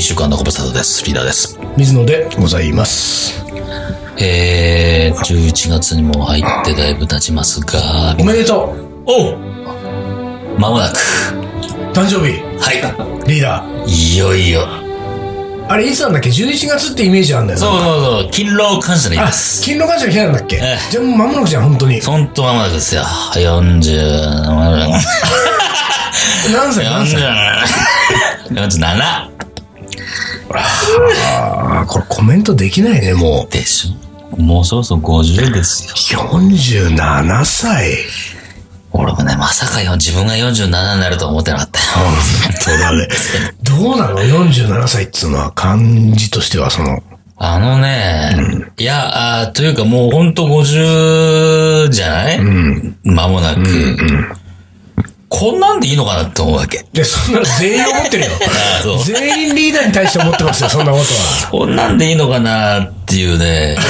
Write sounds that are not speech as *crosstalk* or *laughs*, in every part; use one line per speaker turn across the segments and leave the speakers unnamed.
週間のご無沙汰です。リーダーです。
水野で
ございます。
えー、11月にも入ってだいぶ経ちますが、
おめでとう
おうまもなく、
誕生日
は
リーダー
い、いよいよ。
あれいつなんだっけ11月ってイメージあるんだよね
そうそうそう、勤労感謝の日
あ
です。
勤労感謝の日なんだっけ、
ええ
じゃあもう間もなくじゃん本当に
ほんとまもなくですよ。40、
何歳何歳
47。47。
ああこれコメントできないねも
でしょもうそろそろ50ですよ。
う47歳
俺もね、まさかよ自分が47になるとは思ってなかったよ。
そうだ
*laughs*
ねどうなの47歳っつうのは感じとしてはその
あのね、いや、あーというかもうほんと50じゃないうん。間もなく。こんなんでいいのかなって思うわけ。
でそんなの全員思ってるよ
*laughs* あそう
全員リーダーに対して思ってますよそんなことは
こんなんでいいのかなっていうね。でも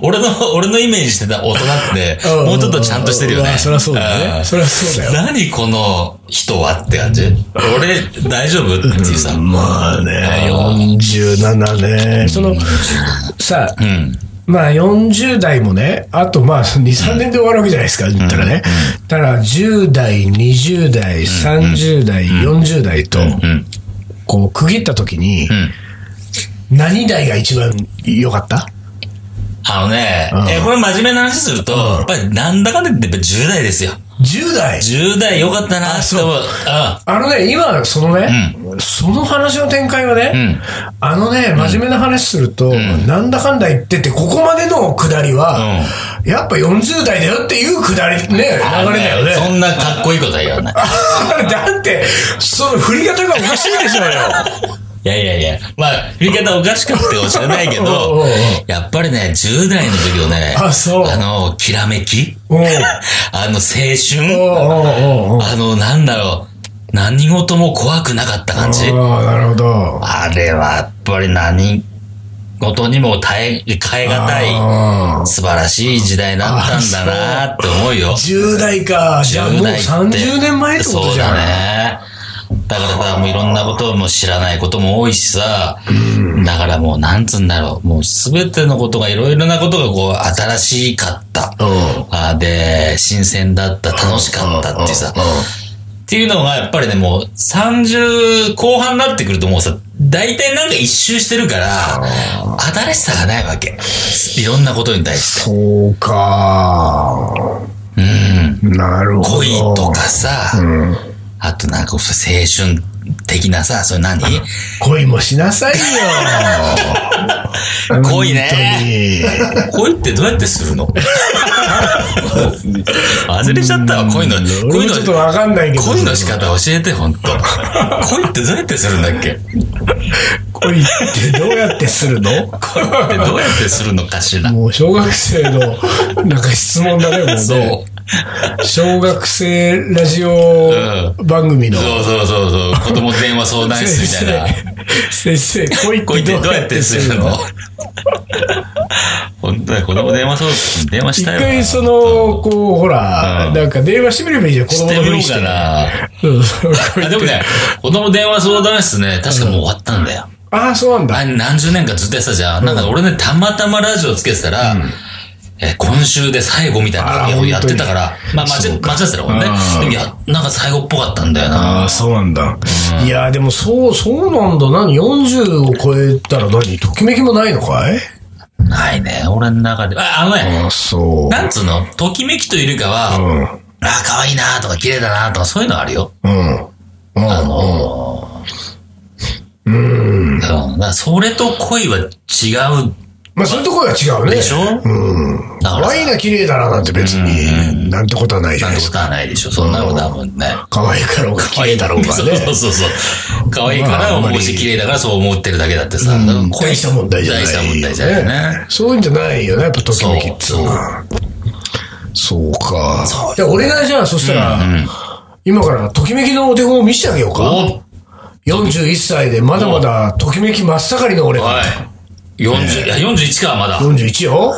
*laughs* 俺の、俺のイメージしてた大人って、 *laughs* もうちょっとちゃんとしてるよ
ま
ね。
あそりゃそうだ
ん
ねそりゃそうだよ
何この人はって感じ俺、大丈夫っていうさ。
まあね、47ね。その、さあ、
うん。
まあ40代もね、あとまあ2、3年で終わるわけじゃないですか、言ったらね。だから10代、20代、30代、40代と、
うん。
こう区切った時に、
ん
何代が一番良かった
あのね、
ん
え、これ真面目な話すると、やっぱりなんだかんだ言ってやっぱ10代ですよ。
?10 代
10代よかったなって思う。あ
あのね、今、そのね、その話の展開はね、あのね、真面目な話すると、なんだかんだ言ってて、ここまでのくだりは、やっぱ40代だよっていうくだり、ね、流れだよ
そ
ね。
んなかっこいいことは言わな
*laughs*
い。
だって、その振り方がおかしいでしょうよ。
いやいやいや。まあ、振り方おかしかったかもしれないけ
*laughs* おうおうお
ど
う、
やっぱりね、10代の時のね、
あそう
あの、きらめき
おう
あの、
お
青春
うおうおうおう
あの、なんだろう。何事も怖くなかった感
あ
じ。
あ、なるほど。
あれは、やっぱり何事にも耐え、変えがたい、
ああ
素晴らしい時代だったんだなって思うよ。
10代か。じゃあもう
10代って
30年前ってこと
そう
じゃん。
だね。だからさ、もういろんなことをもう知らないことも多いしさ、だからもうなんつうんだろう、もうすべてのことがいろいろなことがこう新しかった。
うん
あーで、新鮮だった、楽しかったってさ、っていうのがやっぱりね、もう30後半になってくるともうさ、大体なんか一周してるから、新しさがないわけ。いろんなことに対して。
そうか。
うん。
なるほど。
恋とかさ、あとなんかそう青春的なさ、それ *laughs* 何
恋もしなさいよ
*laughs* 恋ね
本
恋ってどうやってす
*laughs*
るの忘れちゃったわ、恋の。
当に。俺
恋
も
の
ちょっとわかんないけど。
恋の仕方教えて、
*laughs*
ほんと。恋ってどうやってするんだっけ
恋ってどうやってするの
恋ってどうやってするの
*laughs*
かしら。
もう小学生の、なんか質問だね、もうね。
そう。
小学生ラジオ番組の。
そうそうそうそう。子供電話相談室みたい
*laughs*
な。
先生、先生
恋
恋
っ
ってて
ど
ど
う
う
や
や
っ
ってて
す
す
る
る *laughs*
の
の
本当に子供電話相談室に電話し
一
たいわ。
回その、こう、ほ
う
ら、
ん
なんか電話してみればいいじゃん、子
し
供
て
の
み
ふ
よ
り
う
して。
かな。
そうそう
あでもね、子供電話相談室ね、確かもう終わったんだよ。
ああ、そうなんだ。
あ何十年かずっとやってたじゃん。なんか俺ね、たまたまラジオつけてたら、えー今週で最後みたいな
あら
のをやってたから、まあ、間
そ
違
う
間違ってたらもんね
う。ん
でもや、なんか最後っぽかったんだよな。
ああ、そうなんだ。いやー、でもそう、そうなんだ。何 ?40 を超えたら何ときめきもないのかい
ないね、俺の中で。あ、あのね、
あそ
なんつうのときめきというよりかは、
う
あ
ん。
あ、可愛いなとか綺麗だなとかそういうのはあるよ。
うん。うん。
あのー、うん。だからそれと恋は違う
まあ、そういうところは違うね。
でしょうん。だから
可
さ、
愛いな、綺麗だな、なんて別に、なんてことはないじゃ
な
なんいで
て
す
こと
か。
はないでしょ。そんなことはもんね。
可愛いからうが、綺麗だろうがね。
そうそうそう。可愛いか
まあ
ら
あんま
思
り
うし、綺麗だからそう思ってるだけだってさ。だから
大した問題じゃない。
大した問題じゃないよね。。
そういうんじゃないよね、やっぱときめきっつうのは。そうか。じゃあ、俺がじゃあ、そしたら、今からときめきのお手本を見せてあげようか。
お
41歳でまだまだときめき真っ盛りの俺
お
が。
40、いや、41か、まだ。
41よ。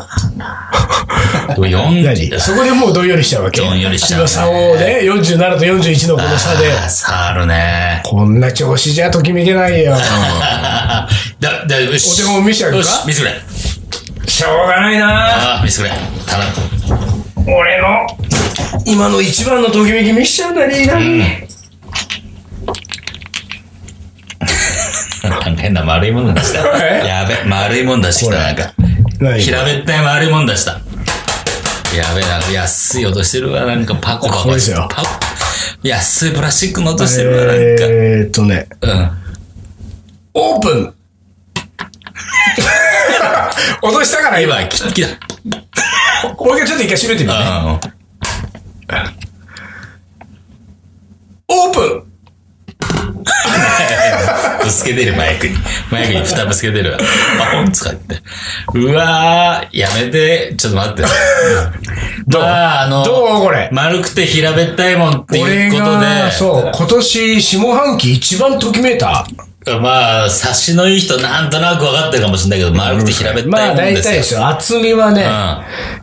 でも40
何そこでもうどんよりしちゃうわけ。
どんよりしちゃう
今
ね
差をね、47と41のこの差で。
あー差ある
*laughs*
ね。
こんな調子じゃときめけないよ。
だ、だ、よし。
お手本見せちゃうか
よし、見せてくれ。
しょうがないな
ああ、見せてくれ。頼む。
俺の、今の一番のときめき見しちゃうんだね、
なんか変な丸いもの出した。
え
やべ、丸いもん出してきた、なんか。
何
平べったい丸いもん出した。やべ、なんか安い音してるわ、なんかパコパコ。
これですよ
パコ安いプラスチックの音してるわ、なん
えーっとね、
か。
オープ *laughs* ン音したから
うん。
今。
今、キッキだ。
もう一回ちょっと一回閉めてみるね。
うん。
オープン
ぶつけてる、マイクに。マイクに蓋ぶつけてるわ。パコン使って。うわー、やめて。ちょっと待って。
どう
まあ、あの、
どうこれ
丸くて平べったいもんってい
俺
うこと
が、
で、
そう、今年下半期一番ときめいた。
まあ、察しのいい人なんとなく分かってるかもしれないけど、丸くて平べったいもんです
まあ大
よ。
体ですよ。厚みはね、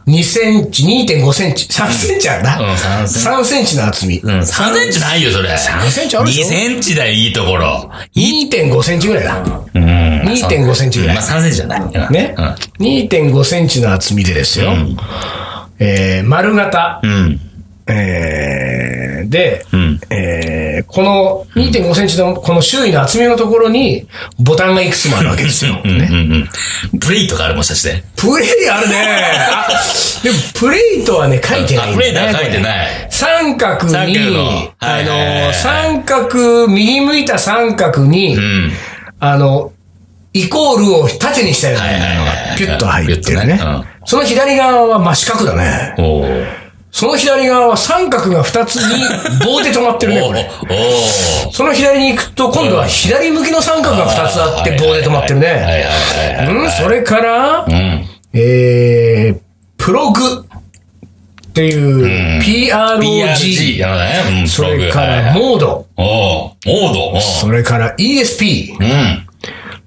2センチ、2.5センチ、3センチあんだ。
うん3セ
3セン
ンチ
チの厚み。
うん。3センチないよ、それ。3
センチあるでしょ
?2 センチだよ、いいところ。
2.5センチぐらいだ。
うん。
2.5センチぐらい
まあ3センチじゃない。うん
ね。2.5センチの厚みでですよ。
うん
えー、丸型。
うん。
えー、で、
うん。
えー、この2.5センチのこの周囲の厚みのところにボタンがいくつもあるわけですよ。
うん。うん。うん。プレイとかあるもしかして。
プレイあるね。
*laughs*
あでもプレイとはね、書いてないんだね、
あプレイとは書いてない
これ三角に、
三角のはいはいはい
あ
は
の、
い
三角、右向いた三角に、
うん。
あの、イコールを縦にしたようなのがピュッと入ってる
はいはいはいはい
ね
ピュッとね。
その左側は真四角だね。
おー。
その左側は三角が二つ
*laughs*
に棒で止まってるね、
お
こ
ー。
れ。
おー。
その左に行くと、今度は左向きの三角が二つあって棒で止まってる
はいはい
ね。
はいはい。
うん、それから、
うん。
えー、プログっていう、PROG、
PRG。やばいね。うん、
それか
はいは
ら
い
モード、
おー。モード。おー
それから ESP。
うん。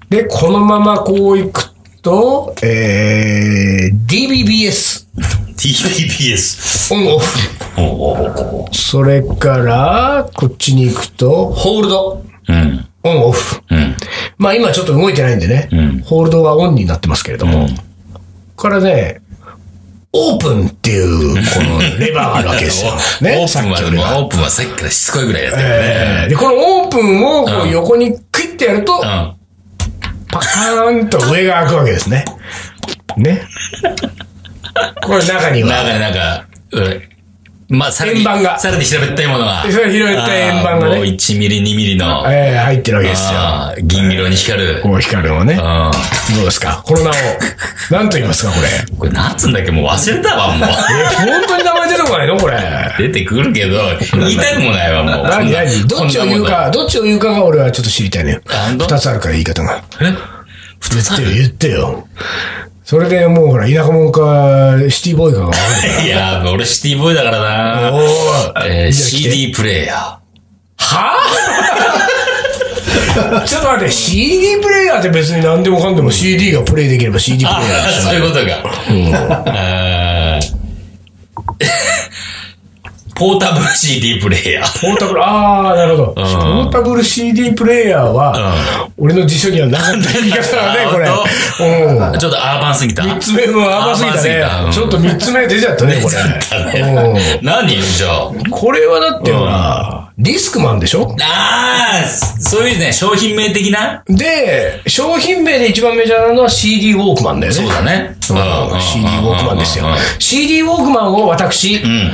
で、このままこういくと、えー、DBBS、
TPPS。
オンオフ。
おーおーおーおー
それから、こっちに行くと、ホールド、
うん。
オンオフ。
うん。
まあ今ちょっと動いてないんでね、
ん
ホールドはオンになってますけれども、
うん。
ここからね、オープンっていう、このレバーがあるわけですよね、
*laughs* オープン
さっ
は、
きのレバー
もうオープンはさっきからしつこいぐらいやってるよね。
えーで、このオープンをこう横にクイッてやると、
うん。
パカーンと上が開くわけですね。
*laughs*
ね。これ中には。
なんか、なんか、うん。まあ、さらに、
円盤が
さらに平べったいものが。
それ平べったい円盤がね
あーもう1ミリ、2ミリの、
えー入ってるわけですよ。
あー銀色に光る。
こう光るのね。ど
う
うですかこの名を。なんと言いますかこれ。
ん。これ、なんつうんだっけもう忘れた
*laughs*
わ、もう。
本当に名前出てこないのこれ。
出てくるけど、言いたくもないわ、もう。
何何どっちを言うか、どっちを言うかが俺はちょっと知りたいのよ
あ。
二つあるから言い方が。
こんなもんだ。 *laughs* え普
言って
通
よ、言ってよ。それでもうほら、田舎者か、シティボーイかが分かる。
いやー、俺シティボーイだからな。
おー
えー、
じゃあ来て
CD プレイヤ
はぁ *laughs* ちょっと待って、CD プレイヤーって別に何でもかんでも CD がプレイできれば CD プレイヤー
ー。
です
そういうことか。あーポータブル CD プレイヤー。
ポータブル、ああ、なるほど。ポータブル CD プレイヤーは、俺の辞書にはなかった言い方だ *laughs* ね、これ。うん。
ちょっとアーバンすぎた。
三つ目も甘すぎたね
甘すぎたう。ん
ちょっと三つ *laughs* 目出ちゃったね、これ。うん
何じゃあ。
これはだってほら、リスクマンでしょ
あー、そういうね、商品名的な
で、商品名で一番メジャーなのは CD ウォークマンだよね。
そうだね。
うん CD ウォークマンですよ
うん。
CD ウォークマンを私、
ん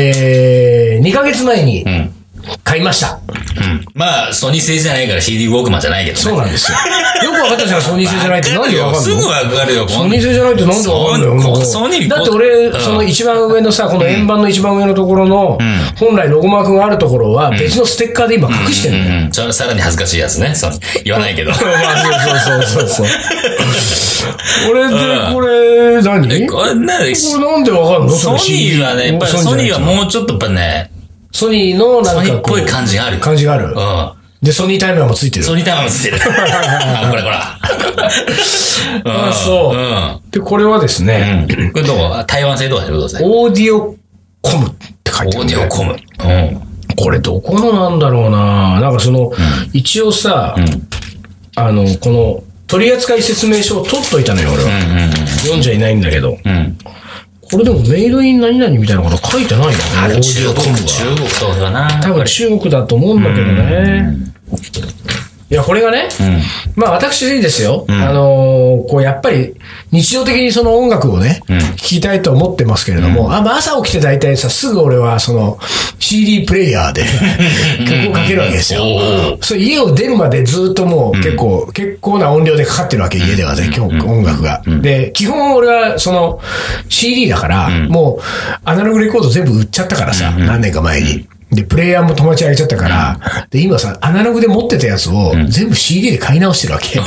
えー、2ヶ月前に
うんうん。
買いました。
うんまあ、ソニー製じゃないから CD ウォークマンじゃないけどね。
そうなん
*laughs*
ですよ。よく分かったじゃん、ソニー製じゃないって。なんで分かん
すぐ
の
わかるよ、
ソニー製じゃないってなんで分かんのよ
ソニー
もう
ソニー
だって
う
俺、
ん
その一番上のさ、この円盤の一番上のところの、本来ロゴマークがあるところは別のステッカーで今隠してるのよ。
うん、ちょさらに恥ずかしいやつね。そう言わないけど。
まあそうそうそうそ
*laughs*
う。俺で、これ、何
え
こ
これなんで
れなんで分かんの
ソニーはね、やっぱりソニーは
う。
もうちょっとやっぱね、
ソニーのな
ソ
ん
ニ
か
ーっ
こ
ぽ
う
い感じがある。
感じがある
う。ん。
で、ソニータイマーもついてる。
ソニータイマー
*laughs*
もついてる。あこれこ
れ。あ、そう。うん、で、これはですね、
うん、これどう台湾製どうしてください。
オーディオコムって書いて
る、ね。オーディオコム。うん。
これどこのなんだろうななんかその、うん、一応さ、うん、あの、この、取扱説明書を取っといたのよ、俺は。うんうんうん、読んじゃいないんだけど。うん、これでもメイドイン何々みたいなこと書いてないよね。
中国、中国そうだな。
多分中国だと思うんだけどね。いや、これがね、うん、まあ私ですよ、うん、あのー、こうやっぱり日常的にその音楽をね、うん、聴きたいと思ってますけれども、あまあ、朝起きて大体さ、すぐ俺はその CD プレイ *laughs* ヤーで曲をかけるわけですよ。そう家を出るまでずっともう結構、結構な音量でかかってるわけ、家ではね、今日音楽が。で、基本俺はその CD だから、もうアナログレコード全部売っちゃったからさ、何年か前に。で、プレイヤーも友達あげちゃったから、で、今さ、アナログで持ってたやつを全部 CD で買い直してるわ *laughs* け。
あ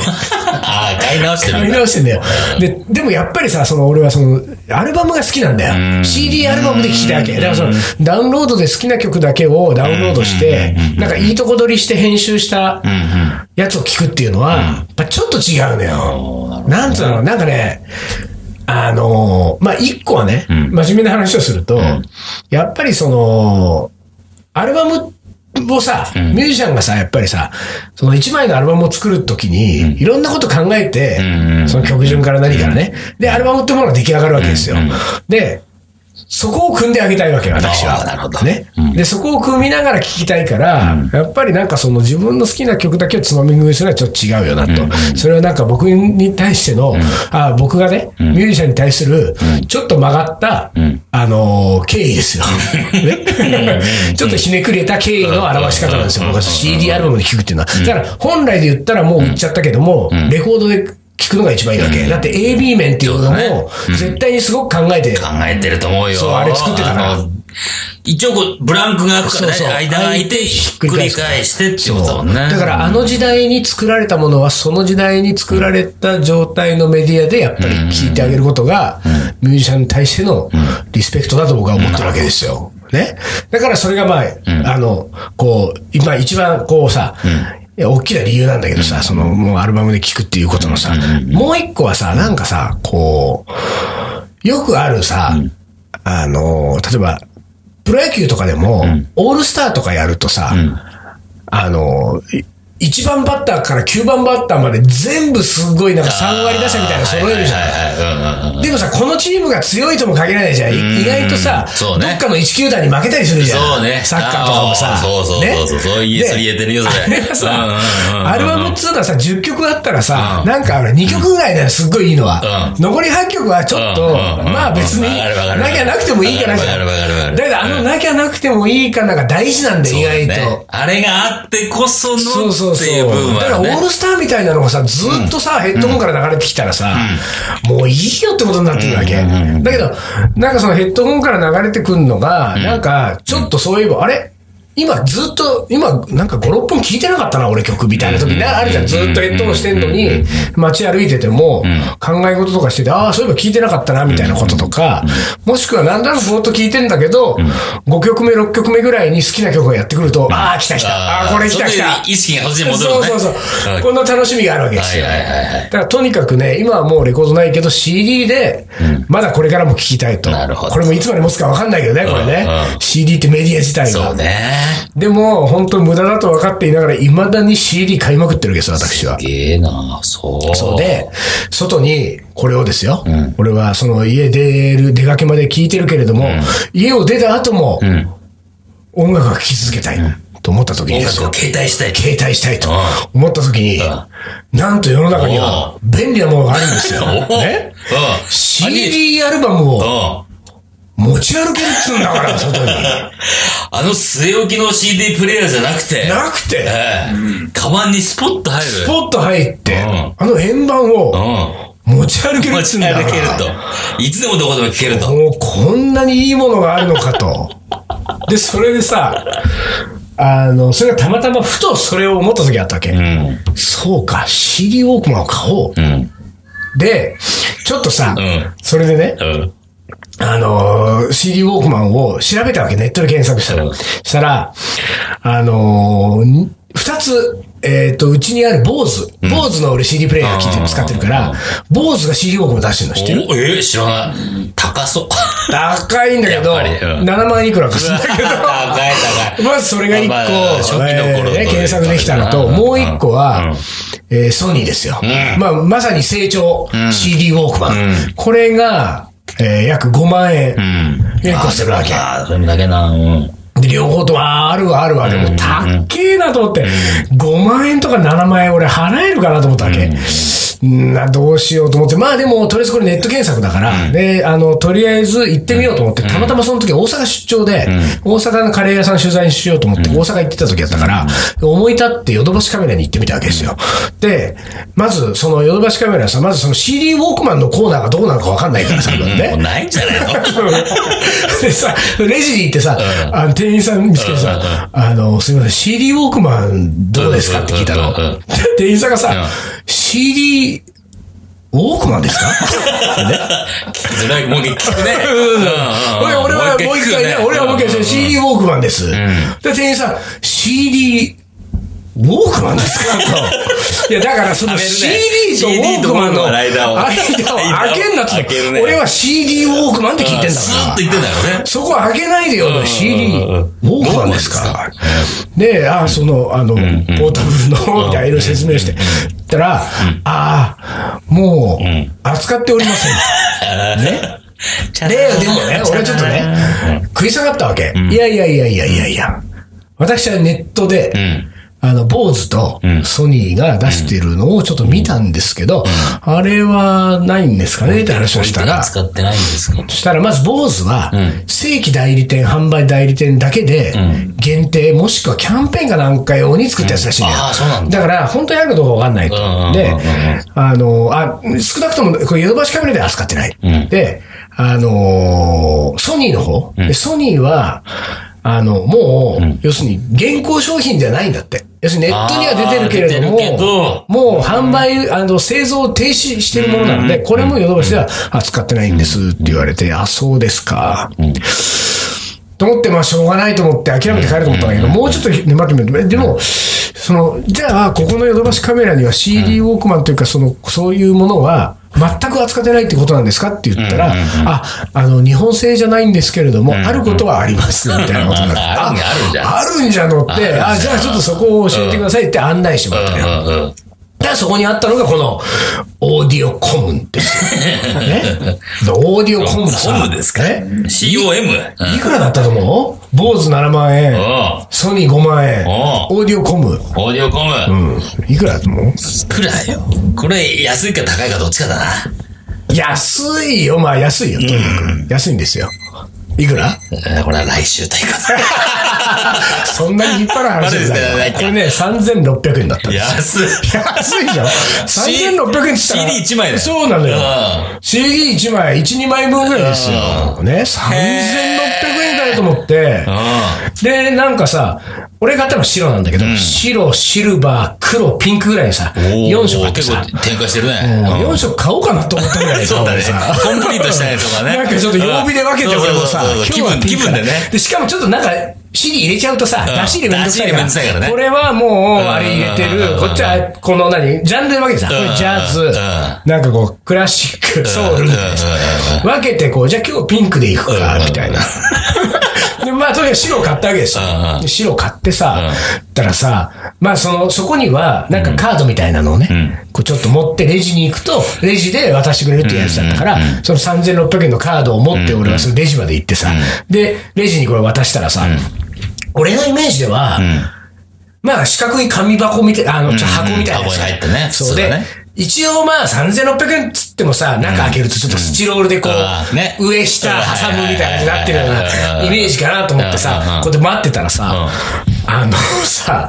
あ、買い直してる。
買い直してんだよ。で、でもやっぱりさ、その俺はその、アルバムが好きなんだよ。CD アルバムで聴きたいわけ。だからその、ダウンロードで好きな曲だけをダウンロードして、なんかいいとこ取りして編集したやつを聴くっていうのは、やっちょっと違うのよ。なんつうの、なんかね、あのまあ、一個はね、真面目な話をすると、やっぱりその、アルバムをさ、ミュージシャンがさ、やっぱりさ、その一枚のアルバムを作るときに、いろんなこと考えて、その曲順から何からね。で、アルバムってものが出来上がるわけですよ。で、そこを組んであげたいわけよ、私は。
なるほど。ね。
で、そこを組みながら聴きたいから、やっぱりなんかその自分の好きな曲だけをつまみ食いするのはちょっと違うよなと。それはなんか僕に対しての、あ僕がね、ミュージシャンに対する、ちょっと曲がった、あのー、経緯ですよ。ちょっとひねくれた経緯の表し方なんですよ。僕は CD アルバムで聴くっていうのは。だから本来で言ったらもう売っちゃったけども、レコードで聞くのが一番いいわけ。だって AB 面っていうのも、絶対にすごく考えて、
考えてると思うよ。
そう、あれ作ってたから。
一応こう、ブランクがそうそう間が空いて、ひっくり返してってことだもんね。
だからあの時代に作られたものは、その時代に作られた状態のメディアでやっぱり聞いてあげることが、ミュージシャンに対してのリスペクトだと僕は思ってるわけですよ。ね。だからそれがまあ、あの、こう、今一番こうさ、いや、大きな理由なんだけどさ、その、もうアルバムで聴くっていうことのさ、もう一個はさ、なんかさ、こう、よくあるさ、あの、例えば、プロ野球とかでも、オールスターとかやるとさ、あの、1番バッターから9番バッターまで全部すごいなんか3割打者みたいな揃えるじゃん。でもさ、このチームが強いとも限らないじゃん。意外とさ、どっかの1球団に負けたりするじゃん。
そうね。
サッカーとかもさ。
そうそうそうそう。そう言
*laughs*
えてるよ、そ
れ。あれはさ、アルバムっつうのはさ、10曲あったらさ、なんか2曲ぐらいならすっごいいいのは。残り8曲はちょっと、まあ別に、なきゃなくてもいいかなじゃん。だけど、あのなきゃなくてもいいかなんか大事なんだ、意外と。
あれがあってこその。そうそ
そう
う。
だからオールスターみたいなのがさ、ずっとさ、ヘッドホンから流れてきたらさ、もういいよってことになってるわけ。だけど、なんかそのヘッドホンから流れてくるのが、なんか、ちょっとそういえば、あれ今ずっと、今なんか5、6本聴いてなかったな、俺曲みたいな時な、あるじゃん。ずっとヘッドホンしてんのに、街歩いてても、考え事とかしてて、ああ、そういえば聴いてなかったな、みたいなこととか、もしくはなんとなくぼーっと聴いてんだけど、5曲目、6曲目ぐらいに好きな曲がやってくると、ああ、来た来た、ああ、これ来た来た。
意識がそっちに戻
る、ね。そうそうそう。こんな楽しみがあるわけですよ。だからとにかくね、今はもうレコードないけど、CD で、まだこれからも聴きたいと。なるほど。これもいつまで持つかわかんないけどね、これね。CD ってメディア自体が。
そうね。
でも、本当無駄だと分かっていながら、未だに CD 買いまくってるわけです、私は。
すげえなそう。
そうで、外に、これをですよ。うん、俺は、その、家出る、出かけまで聞いてるけれども、うん、家を出た後も、音楽は聴き続けたい。うんと思った時に、
携帯したい。
携帯したいと思った時に、なんと世の中には便利なものがあるんですよ。ね、CD アルバムを持ち歩けるっつうんだから、外に。
あの据え置きの CD プレイヤーじゃなくて。
なくて、
ええ、カバンにスポッと入る。
スポッと入って、あの円盤を、持ち歩けるっつうんだから。
持ち歩けると。いつでもどこでも聴けると。
もうこんなにいいものがあるのかと。 *laughs* で、それでさ、あの、それがたまたまふとそれを思った時あったわけ。うん、そうか、CD ウォークマンを買おう。うん、で、ちょっとさ、うん、それでね、あのー、CD ウォークマンを調べたわけ、ネットで検索したら。したら、あのー、二つ、えっ、と、うちにある坊主。坊主の俺 CD プレイヤー聞いて使ってるから、坊主が CD 音を出してるの知ってる
おえー知らない。高そう。
高いんだけど、
やっぱりうん
7万いくらかするんだけど、
高い高い。
*laughs* まずそれが一個、
まあまあ初期の頃というか
えーね、
ね
検索できたのと、
うん
もう一個
う
は
ん、
えーソニーですよ。
ん
まあ、まさに成長、CD ウォークマン。
う
これが、えー約5万円。
うん。
結構するわけ。
ああ、それだけな。うん。
で、両方とも、あーあるわ、あるわ。でも、たっけえなと思って、5万円とか7万円俺払えるかなと思ったわけ。うんな、どうしようと思って。まあでも、とりあえずこれネット検索だから、で、あの、とりあえず行ってみようと思って、たまたまその時大阪出張で、大阪のカレー屋さん取材しようと思って、大阪行ってた時だったから、思い立ってヨドバシカメラに行ってみたわけですよ。で、まず、そのヨドバシカメラさ、まずその CD ウォークマンのコーナーがどこなのかわかんないからさ、まずね
もう。ないんじゃないの
でさ、 *laughs* レジに行ってさ、
うん
あの店員さん見つけてさ、あの、すみません、CD ウォークマンどうですかって聞いたの。
うんうんうんうん
で店員さんがさ、
ん
CD ウォークマンですか
聞きづらい。もう
*laughs*
聞くね。
俺俺はもう一回ね、俺はもう一回、
し
CD ウォークマンです。で、店員さん、CD ウォークマンですか
*laughs*
と。いや、だからその
食べるね
CD とウォークマンの
CD
間
とウォークマンの間を
を開
*laughs*
けんなっつっ
開ける
て、
ね
俺は CD ウォークマンって聞いてんだから。
スーッと言ってたよね。
そこ開けないでよ、CD、
うんうんうん
ウォークマンですか。で、あ、その、あの、ポータブルの、みたいな色々説明して、たら、ああ、もう、扱っておりません。ね。で、でもね、俺はちょっとね、食い下がったわけ。いやいやいやいやいやいや。私はネットで、あの、坊主とソニーが出してるのをちょっと見たんですけど、あれはないんですかねって話をしたら、
使ってないんですか
そしたら、まず、坊主は、正規代理店、販売代理店だけで、限定、もしくはキャンペーンかなんか用に作ったやつらしいんだよ。
うんああそうなん
だから、本当にあるかどうかわかんないと
うんうんうんう。ん
で、あの、あ、少なくとも、これ、ヨドバシカメラでは扱ってない。で、あのーソニーの方、でソニーは、あの、もう、要するに、現行商品じゃないんだって。要するに、ネットには出てるけれども、
あー出てるけど
もう販売、あの、製造を停止してるものなので、これもヨドバシでは扱ってないんですって言われて、あ、そうですか。と思って、まあ、しょうがないと思って諦めて帰ると思ったんだけど、もうちょっと待ってみると、でも、その、じゃあ、ここのヨドバシカメラには CD ウォークマンというか、その、そういうものは、全く扱ってないってことなんですかって言ったら、あ、あの、日本製じゃないんですけれども、あることはあります、みたいなことになって、
*laughs* あるんじゃある
あ
んじゃ
るんじゃのって、あ、じゃあちょっとそこを教えてくださいって案内してもらったのよ。
うんうんうん。
だからそこにあったのがこの、オーディオコム
*laughs*
ですよ。ね。オーディオコムさ。
コムですか
ね
COM。うん
いくらだったと思う坊主7万円、
おう
ソニー5万円、
お
オーディオコム。
オーディオコム。
うん。いくらだと思う
いくらよ。これ、安いか高いかどっちかだな。
安いよ。まあ安いよ。とにかく。安いんですよ。いくら
えーこれは来週というか。
そんなに引っ張る話じゃな
まだで
い。
すか
これね、3600円だったんですよ。
安い。
安いじゃん。3600円っつったら。
CD1 枚だよ。
そうなのよ。
う
CD1 枚、1、2枚分ぐらいですよ。ね、3600円だよと思って。
ん。
で、なんかさ、俺買ったの白なんだけど、白、シルバー、黒、ピンクぐらいさ、
うん。
4色あって
結
さ
構、展開してるね。
4色買おうかなと思ったぐらい
そうだね
俺さ
コンプリートしたやつとかね
なんかちょっと曜日で分けて
うん
俺もさ
そうそう、そうそう
今日はピンクだ
気分気分でね
で、しかもちょっとなんか、CD 入れちゃうとさ、
うん
出し入れめんどくさいか
出し入れめんどくさいから
ら。
ね
これはもう、あれ入れて
う
る。
ん
こっちは、この何、ジャンルで分けてさ、こ
うん
れジャズ
うん、
なんかこう、クラシック、ソウルみたいなさ。分けてこう、じゃあ今日ピンクでいくか、み
*laughs*
たいな。で、まあ、とにかく白買ったわけですよ
うんうん。
で白買ってさ、たらさ、まあ、その、そこには、なんかカードみたいなのをね、こうちょっと持ってレジに行くと、レジで渡してくれるっていうやつだったから、その3600円のカードを持って、俺はそのレジまで行ってさ、で、レジにこれ渡したらさ、俺のイメージでは、まあ、四角い紙箱みたい、あの、ちょ箱みたいなやつ。
箱に入ってね
そう
そう
で
だね、
一応まあ、3600円っつってもさ、中開けるとちょっとスチロールでこ
うんね
う、上下挟むみたいな感じになってるよう
うん
なイメージかなと思って
うんうんう
さ
ん、
こうやって待ってたらさ、あのさ、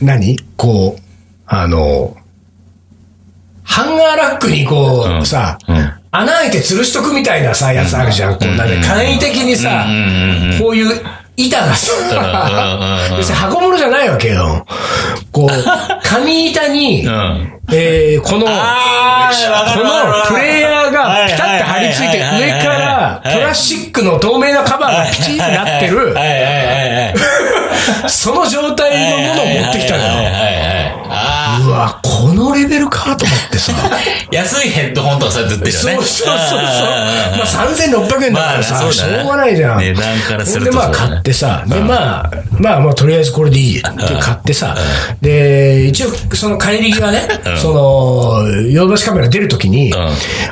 何こう、あの、ハンガーラックにこうさ、穴開いて吊るしとくみたいなさ、やつあるじゃん。こう、なんで簡易的にさ
うんうん、
こういう板が
うんうん
さ
う、ん
別に箱物じゃないわけよ。
*laughs*
こう、紙板に、
うん。
えーこの、こ
あーわかるわかるわか
の
る
プレイヤーがピタッと張り付いて、
はいはいはい
上
はい
からプラスチックの透明なカバーがピチッとなってる
は、いはいはいはい。
その状態のものを持ってきたの
はいはい
よ。
はいはいあ
うわ、このレベルかと思ってさ。
ー安いヘッドホンとかさ、ずってるよ
そう
ね。
そうそうそう。ま
あー
あ3600円だからさ、
まあね
し
そうだね
ょうがないじゃん。
値段からすると
ほんでまあ
そうだね
買ってさ、でまあ、まあまあとりあえずこれでいいって買ってさ、で、一応その帰り際ね、その、ヨドバシカメラ出るときに、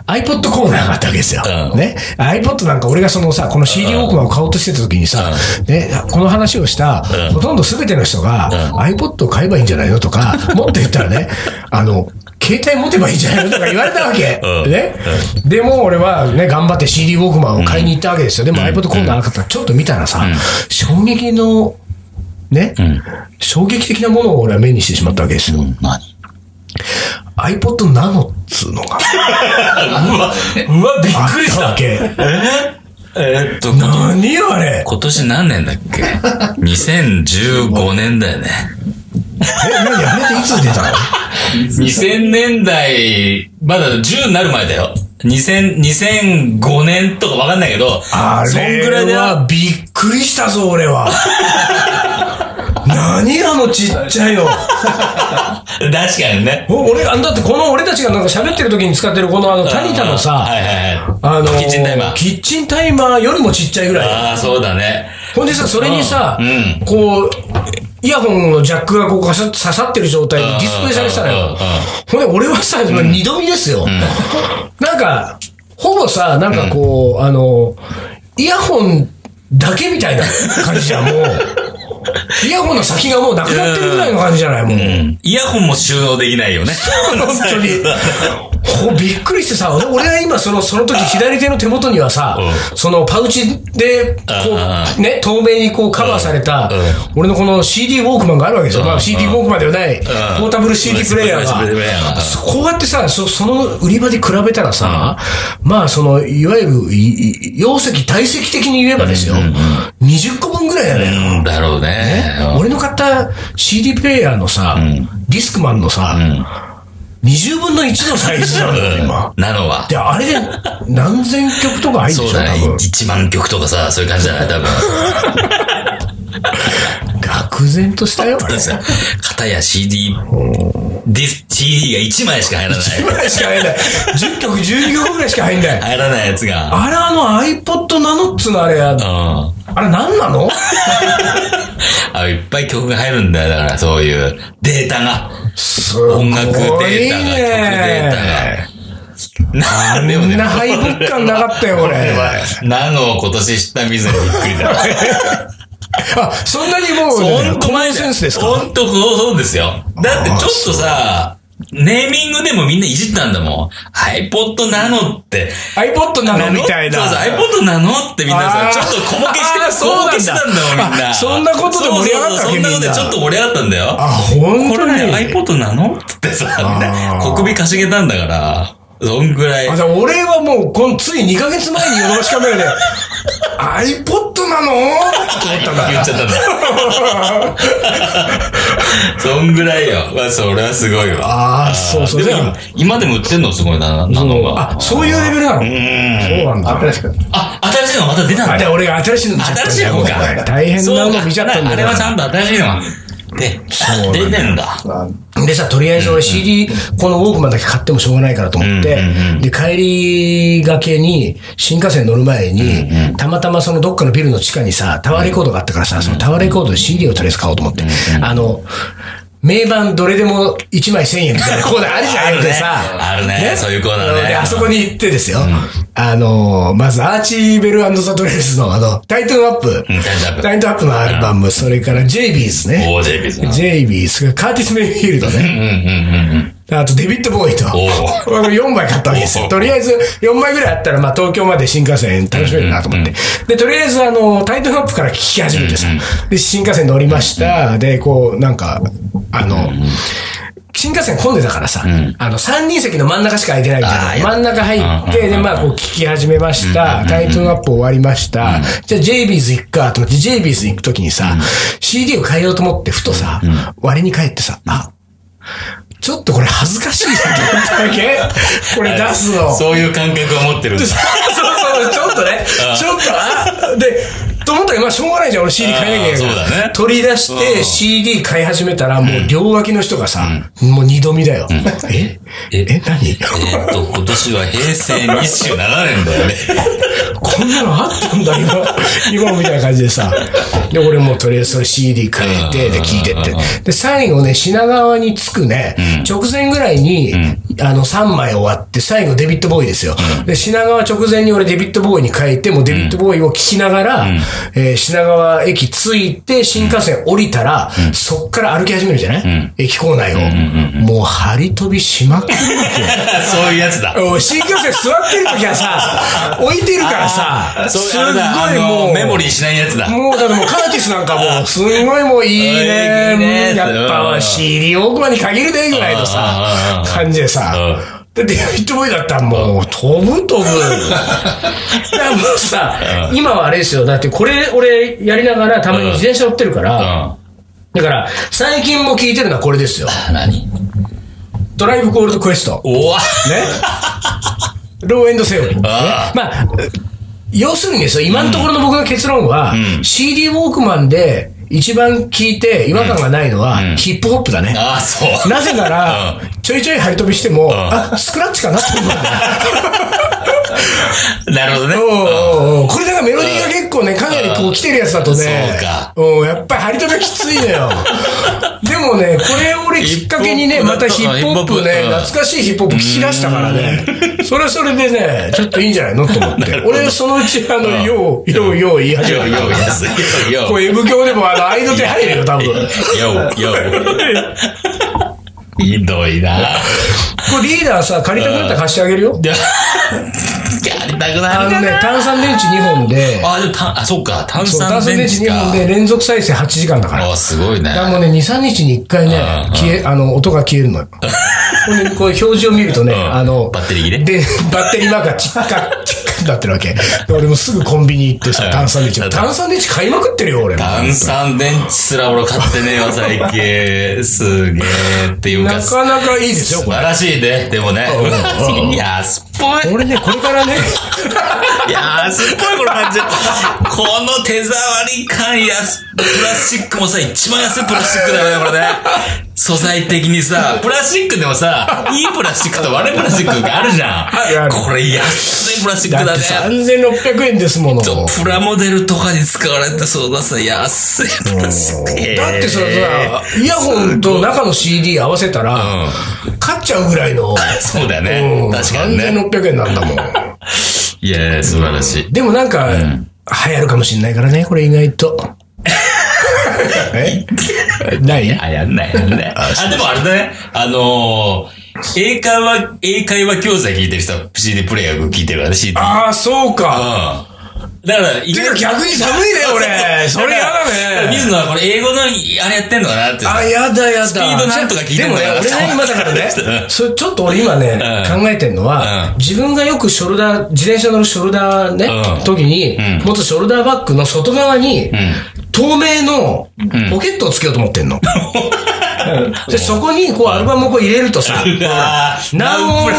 iPod コーナーがあったわけですよ。
うん
ね。iPod なんか俺がそのさ、この CD ウォークマンを買おうとしてたときにさ、ね、この話をした、ほとんど全ての人が、iPod を買えばいいんじゃないのと
*laughs*
か、もっと言ったらね、あの、携帯持てばいいんじゃないのとか言われたわけ。
*laughs* うん
ね。でも俺はね、頑張って CD ウォークマンを買いに行ったわけですよ。でも iPod コーナーなかったらちょっと見たらさ、衝撃の、ね、衝撃的なものを俺は目にしてしまったわけですよ。
何
iPod ナノっつうのがあっ
うわ、うわ、びっくりした
わ
た。
け。
えーっと、
何あれ
今年何年だっけ ?2015 年だよね。
え、何やめていつ出たの
2000年代、まだ10になる前だよ。2000、2005年とかわかんないけど、
あ
そんぐらい
れ
で
はびっくりしたぞ、俺は。 *laughs* 何あのちっちゃいの。
確かにね。
お俺、あだってこの俺たちがなんか喋ってる時に使ってるこのあの、タニタのさ、
はいはいはい。
あのー、
キッチンタイマー
キッチンタイマーよりもちっちゃいぐらい。
ああ、そうだね。
ほんでさ、それにさ
うんうん、
こう、イヤホンのジャックがこうガシャッと刺さってる状態でディスプレイされてたの
うんうんう
よ
ん。
ほんで、俺はさ、まあ二度見ですよ。なんか、ほぼさ、なんかこう、あの、イヤホンだけみたいな感じじ
*laughs*
ゃん、もう。イヤホンの先がもうなくなってるぐらいの感じじゃない、もう。
うん。イヤホンも収納できないよね。
本当に。ほびっくりしてさ、俺俺は今その、その時左手の手元にはさ、
う
そのパウチで、こう、ね、透明にこうカバーされた、俺のこの CD ウォークマンがあるわけですよ。まあ CD ウォークマンではない、ポータブル CD プレイヤー
ポータブル CD プレイヤーが
が。そこうやってさ、そその売り場で比べたらさ、まあその、いわゆる、いい容積、体積的に言えばですよ、20個分ぐらいだね。
うんだろうね。
俺の買った CD プレイヤーのさ、ディスクマンのさ、20分の1のサイズなんだ
*laughs*
よ、今。
なのは。
で、あれで何千曲とか入るで
そう
しょ、
だね。
多分。
1万曲とかさ、そういう感じじゃない多分。
愕然としたよ、
*laughs*
あれ。
片や CD、ディス、CD が1枚しか入らない。
ぐらいしか入んない。10曲、12曲ぐらいしか入んない。
入らないやつが。
あれ、あの iPod ナノっつうのあれ、あ
うん。あ、
れ何なの
いっぱい曲が入るんだよ。だから、そういうデータが。
すごいね。
音楽データが、曲データが。なんでも
み
ね
んな敗北感なかったよ、俺。
なのを今年知った水にびっくりだ。
*laughs* あ、そんなにもう、
ほんと
コマンセンスですか
ほんとそうそうですよ。だってちょっとさ、ネーミングでもみんないじったんだもん。iPod なのって。
?iPod なのみたいな。
そうそう、iPod なのってみんな
あ
さ、
ー
ちょっと小ボケして
あー
た、
そうなんだ
小ボケしてたんだもん、みんな。
あそんなことで盛り上がったわけ
そうそうそうそんなこと
みん
で
な
ちょっと盛り上がったんだよ。
あ、本
こ
当
れね、
に。
iPod なのつってさ、みん
あ
な、
ー
小首かしげたんだから、そんぐらい。
あ、じゃあ俺はもう、このつい2ヶ月前にヨドバシカメラで、iPod なのって思ったん
言
だ
っ。ちゃったんだ。そんぐらいよ。まあ、それはすごいわ。
ああ、そうそう。
で
じゃ
も
あ、
今でも売ってんのすごいな、なのが。
あ、そういうレベルなのそうなんだ。
新しくなった。
あ、新しいのまた出たんだ
あ、で、。俺が新しいの見ちゃったん
新し
だ
い
よ
方か。
大変な
そう
の
か
見ちゃったんだ
あ
よ
れはちゃんと新しいのが。で、
そうなん
出てんだ。
でさ、とりあえず俺 CD、このウォークマンだけ買ってもしょうがないからと思って、で、帰りがけに、新幹線乗る前に、たまたまそのどっかのビルの地下にさ、タワーレコードがあったからさ、そのタワーレコードで CD をとりあえず買おうと思って、あの、名盤どれでも1枚1000円みたいなコーナーあるじゃん、
あるね
でさ。
あるねそういうコーナーね
で、あそこに行ってですよ。あの、まず、アーチベルザ・ドレスの、あの、タイトルアップ。
んタイトルアップ
タイトルアップのアルバム、それから JB ですね。
おー、ジェイビーズな。
ジェイビー、それからカーティス・メイフィールドね。あと、デビッド・ボーイと。
お
これ4枚買ったわけです
お
よ。
う
とりあえず、4枚ぐらいあったら、まあ、東京まで新幹線楽しめるなと思って。で、とりあえず、あの、タイトルアップから聞き始めてさ。で、新幹線乗りました。で、こう、なんか、あの、新幹線混んでたからさ、あの、3人席の真ん中しか空いてないみ
あ
た
ー
い
や
な。
だ
真ん中入っ
うんう
て、
ん
で、まあ、こう聞き始めました。タイトルアップ終わりました。じゃあ、ジェイビーズ行くかと思って、ジェイビーズ行くときにさ、CD を変えようと思って、ふとさ、割に帰ってさ、あ、ちょっとこれ恥ずかしいなと思ったわけこれ出すの。
そういう感覚を持ってるんだ。
そうそう、ちょっとね、ちょっと、あ、で、と思ったけど、まあ、しょうがないじゃん、俺 CD 買えなきゃいけないから。ね、取り出して CD 買い始めたら、もう両脇の人がさ、もう二度見だよ。ええ、え、何え
っと、今年は平成27年だ *laughs* よね。
こんなのあったんだ、 *laughs* 今、今みたいな感じでさ。で、俺もとりあえずそれ CD 変えて、で、聞いてって。で、最後ね、品川に着くね、直前ぐらいに、あの、3枚終わって、最後デビッド・ボーイですよ。で、品川直前に俺デビッド・ボーイに変えて、もうデビッド・ボーイを聞きながら、え品川駅着いて、新幹線降りたら、そっから歩き始めるじゃない駅構内を。もう、張り飛びしまくるわ
け。そういうやつだ。
新幹線座ってる時はさ、置いてるからさ、すっごいもう。
メモリーしないやつだ。
もう、だってもうカーティスなんかもう、すごいもういいね。やっぱ CD 大熊に限るね、ぐらいのさ、感じでさ。で、デビッド・ボーイだったらもう、飛ぶ飛ぶ。だからもうさ、今はあれですよ。だってこれ、俺、やりながらたまに自転車乗ってるから、だから、最近も聞いてるのはこれですよ。
何
ドライブ・コールド・クエスト。
おわね
*laughs* ローエンド・セオリー。まあ、要するにですよ、今のところの僕の結論は、CD ウォークマンで、一番聞いて違和感がないのは、ヒップホップだね。
ああ、そう。
なぜなら、ちょいちょい張り飛びしても、あ、スクラッチかなって思
う。なるほどね。
おこれだからメロディーが結構ね、かなりこう来てるやつだとね。そうか。うん、やっぱり張り飛びきついの *laughs* よ。でもね、これ俺きっかけにね、またヒップホップね、懐かしいヒップホップ聞き出したからね、それはそれでね、ちょっといいんじゃないのと思って。 *laughs* 俺そのうちあの、よう、よう、よう言い始めた。よう、よう、よう。これ M 教でもあの、相の手入るよ、多分。 *laughs*
よう、よう。ひどいな
これリーダーさ、借りたくなったら貸してあげるよ。
借りたくな
るあのね、炭酸電池2本で。
あ、でもた、あ、そっか、炭酸電池
2本で連続再生8時間だから。
あ、すごいね。
だもうね、2、3日に1回ね、消え、あの、音が消える
*laughs*
のよ。これ、こう表示を見るとね、あの、
バッテリー切れ
で、バッテリーマーカーチッカチッカになってるわけ。俺もすぐコンビニ行ってさ、炭酸電池。炭酸電池買いまくってるよ、俺。
炭酸電池すら俺買ってねえわ、最近。すげえっていう
か。なかなかいいですよ、こ
れ。素晴らしいね、でもね。いや、安っぽ
い。俺ね、これから
*laughs*
ね、
いやー、すっごいこの感じ。この手触り感や、プラスチックもさ、一番安いプラスチックだよね、これね。素材的にさ、プラスチックでもさ、いいプラスチックと悪いプラスチックがあるじゃん。これ安いプラスチックだね。
3600円ですもの。
プラモデルとかに使われてそうださ、安いプラスチ
ク。
ッ
だってさ、イヤホンと中の CD 合わせたら、買っちゃうぐらいの。
そうだよね。確かにね。
3600円なんだもん。
いや素晴らしい。
でもなんか、流行るかもしれないからね、これ意外
*laughs*
と。
えないや、やんない、やんない。あ、でもあれだね、あの英会話、英会話教材聞いてる人は CD プレイヤー聞いてるからね、CD。
ああ、そうか。うん
だから、
い逆に寒いね、俺。それ嫌だ
ね。水野はこれ英語の、あれやってんのかなって。
あ、やだやだ。ス
ピードなんとか聞いて
んのかな。でもね、俺今だから
*laughs*
ね、それちょっと俺今ね、考えてんのは、自分がよくショルダー、自転車乗るショルダーね、時に、もっとショルダーバッグの外側に、透明のポケットをつけようと思
*laughs*
ってんの。で、そこに、こう、アルバムをこう入れるとさ、
*laughs* ナウン、ナウンプ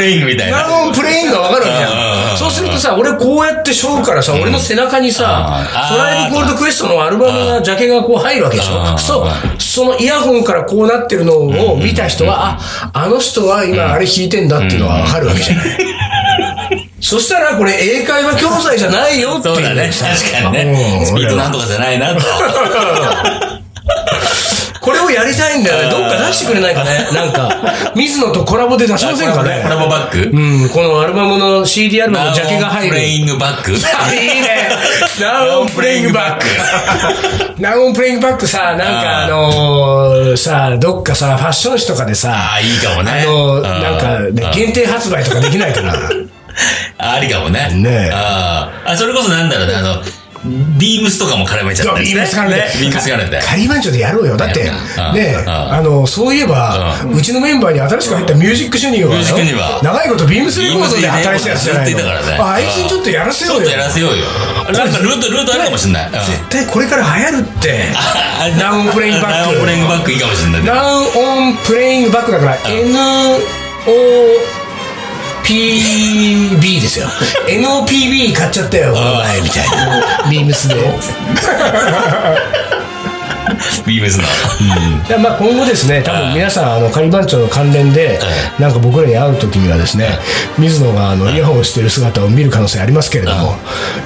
レイングみたいな。
ナウンプレイングがわかるわけじゃん。そうするとさ、俺こうやってしょうからさ、俺の背中にさ、トライブゴールドクエストのアルバムが、ジャケがこう入るわけでしょ。そう、そのイヤホンからこうなってるのを見た人は、あ、あの人は今あれ弾いてんだっていうのはわかるわけじゃない。そしたら、これ、英会話教材じゃないよっていう。
そうだね。確かにね。スピードなんとかじゃないなと。
これをやりたいんだよね。どっか出してくれないかね。なんか、水野とコラボで出しませんかね。
コラボバッ
グうん、このアルバムの CD アルバムのジャケが入る。
プレイングバッグいい
ね。ナオンプレイングバッグ。ナオンプレイングバッグさ、なんかあのさ、どっかさ、ファッション誌とかでさ、
*laughs* あいいかもね。
あのなんか、限定発売とかできないかな。
ありかもね。
ね
ああ、それこそなんだろうね、あの、ビームスとかも絡めちゃって、
ビームス絡めて。
ビームス絡めて。
カリーマンチョでやろうよ。だって、ねあの、そういえば、うちのメンバーに新しく入ったミュージック主任は、長いことビームスレコードで働いてたやつじゃないの。あいつにちょっとやらせようよ。
ちょっとやらせようよ。なんかルート、ルートあるかもしれない。
絶対これから流行るって。ナウンプレイングバック。
ナウンプレイングバックいいかもしれない。
ナウンプレイングバックだから、N、O、 PB です
*laughs*
よ NOPB 買っちゃったよこの前みたいなビームスで
ビームスな、
うん、まあ今後ですね多分皆さんあの仮番長の関連でなんか僕らに会う時にはですね水野があのイヤホンをしてる姿を見る可能性ありますけれども、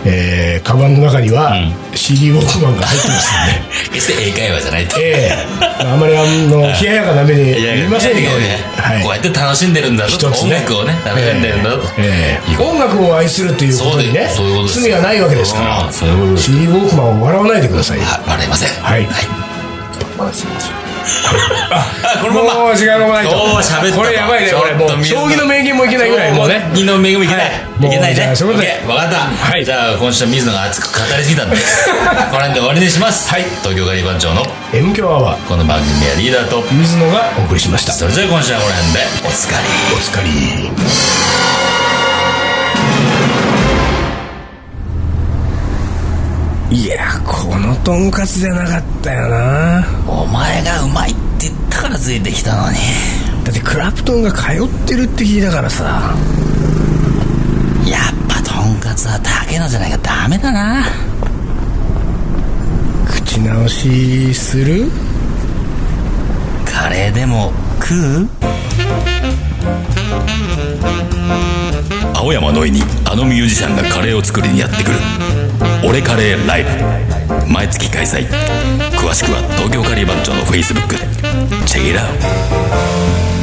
えー、カバンの中には CD ウォークマンが入ってますんで
*laughs* 決して英会話じゃないと、
ええあんまりあの冷ややかな目で見ませんけどね、
はい、こうやって楽しんでるんだと、
一つ
音
ね
楽をね楽しんでるんだと、
ええ音楽を愛するということにね
そういうことです
罪はないわけですから
うんそういうことです
CD ウォークマンを笑わないでくださいよ
あ笑いません
はい
あこの
もう
まま
時間がないと
おー喋った
これやばいね
ちょっと
俺もう
水
将棋の名言もいけないぐらいもうね
二の恵みいけない、
はい
い、けな
も
い
うじゃ
ね
あそういうことで
いけわかった、
い
じゃあ今週は水野が熱く語りすぎたんでこの辺で終わりにします、
はい
東京ガリバン長の
M 強アワー
この番組はリーダーと
水野がお送りしました
それじゃあ今週はこの辺でおつかり
お疲れいやこのとんかつじゃなかったよな
お前がうまいって言ったからついてきたのに
だってクラプトンが通ってるって聞いたからさ
やっぱとんかつは竹野じゃないかダメだな
口直しする
カレーでも食う青山のいにあのミュージシャンがカレーを作りにやってくる「俺カレーライブ」毎月開催詳しくは東京カリー番長のフェイスブックでチェックイラー